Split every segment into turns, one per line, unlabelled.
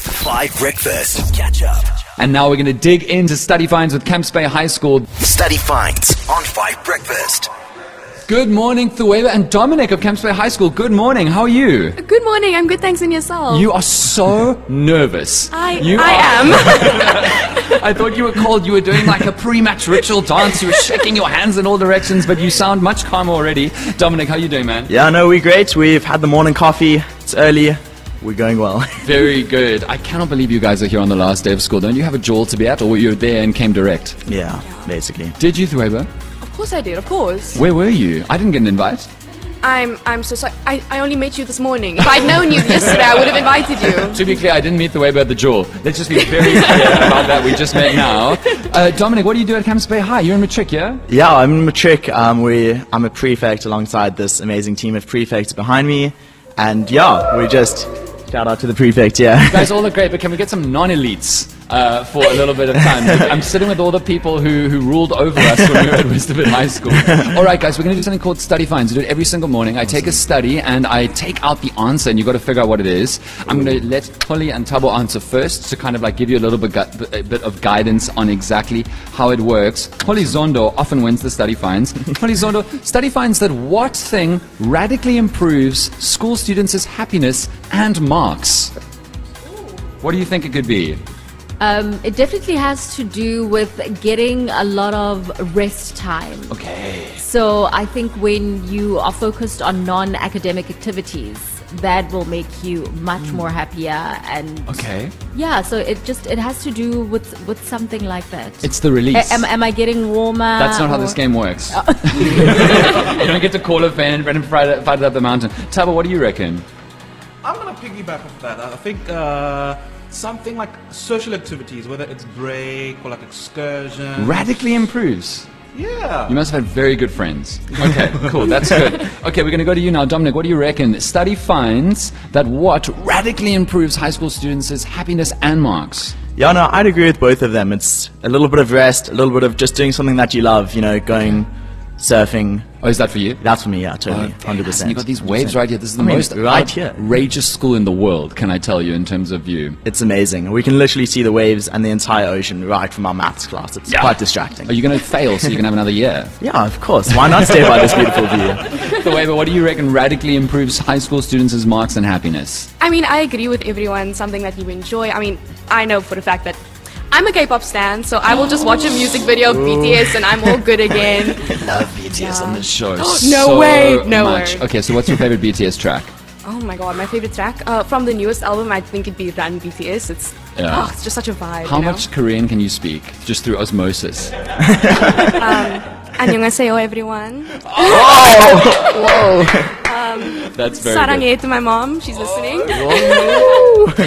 Five Breakfast. Catch up.
And now we're going to dig into study finds with Camps Bay High School.
Study finds on Five Breakfast.
Good morning, Thuweba and Dominic of Camps Bay High School. Good morning. How are you?
Good morning. I'm good, thanks, and yourself.
You are so nervous.
Oh. I,
you
I am.
am. I thought you were cold. You were doing like a pre-match ritual dance. You were shaking your hands in all directions, but you sound much calmer already. Dominic, how you doing, man?
Yeah, no, we're great. We've had the morning coffee. It's early. We're going well.
Very good. I cannot believe you guys are here on the last day of school. Don't you have a jewel to be at, or were you there and came direct?
yeah, basically.
Did you, Thuweba?
of course I did, of course.
Where were you? I didn't get an invite.
I'm I'm so sorry. I, I only met you this morning. If I'd known you yesterday, I would have invited you.
To be clear, I didn't meet the way about the jewel. Let's just be very clear about that. We just met now. Uh, Dominic, what do you do at Camps Bay High? You're in Matric, yeah?
Yeah, I'm in Matric. Um, we, I'm a prefect alongside this amazing team of prefects behind me. And yeah, we just shout out to the prefect, yeah.
Guys, all are great, but can we get some non-elites uh, for a little bit of time? I'm sitting with all the people who, who ruled over us when we were at Westerford High School. All right, guys, we're going to do something called study finds. We do it every single morning. I take a study and I take out the answer, and you've got to figure out what it is. I'm going to let Polly and Tabo answer first to kind of like give you a little bit, gu- a bit of guidance on exactly how it works. Polly Zondo often wins the study finds. Polly Zondo, study finds that what thing radically improves school students' happiness and marks? What do you think it could be?
Um, it definitely has to do with getting a lot of rest time.
Okay.
So I think when you are focused on non academic activities, that will make you much
Mm.
more happier and
Okay.
yeah so it just it has to do with with something like that
It's the release.
A- am, am i getting warmer
That's not how
or-
this game works. you don't get to call a fan and fight it, fight it up the mountain. Tabo, what do you reckon?
I'm gonna piggyback off that. I think uh, something like social activities, whether it's break or like excursion.
Radically improves. You
Yeah.
must have had very good friends. Okay, cool. That's good. Okay, we're going to go to you now, Dominic. What do you reckon? Study finds that what radically improves high school students' happiness and marks.
Yeah, no, I'd agree with both of them. It's a little bit of rest, a little bit of just doing something that you love, you know, going surfing.
Oh, is that for you?
That's for me, yeah, totally.
Oh, very nice. And
100%.
You've got these waves right here. This is the
Uh, I mean,
most
right here.
outrageous school in the world, can I tell you, in terms of view.
It's amazing. We can literally see the waves and the entire ocean right from our maths class. It's quite distracting.
Are you going to fail so you can have another year?
Yeah, of course. Why not stay by this beautiful view?
So, Ava, what do you reckon radically improves high school students' marks and happiness?
I mean, I agree with everyone. Something that you enjoy. I mean, I know for a fact that I'm a K-pop stan, so I will just watch a music video of BTS and I'm all good again.
Love BTS on the
Show Oh, no
no way, no way.
Okay, so what's your favorite BTS track?
Oh my god, my favorite track uh, from the newest album, I think it'd be Run BTS. It's
Yeah.
oh, it's just such a vibe.
How
you know?
much Korean can you speak just through osmosis?
안녕하세요, everyone.
That's very good.
사랑해 to my mom. She's listening.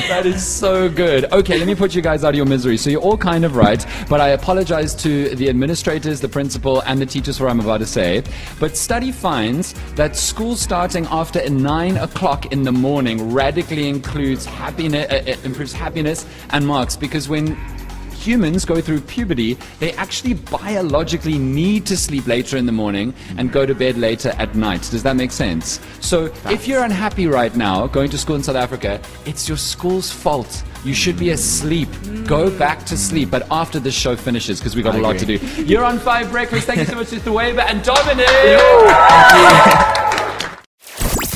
That is so good. Okay, let me put you guys out of your misery. So you're all kind of right, but I apologize to the administrators, the principal, and the teachers for what I'm about to say. But study finds that school starting after 9 o'clock in the morning radically includes happiness, uh, uh, improves happiness and marks because when humans go through puberty, they actually biologically need to sleep later in the morning and go to bed later at night. Does that make sense? So if you're unhappy right now going to school in South Africa, it's your school's fault. You should be asleep. Go back to sleep, but after this show finishes, because we've got a lot to do. You're on Five Breakfast. Thank you so much to Thuweba and Dominic.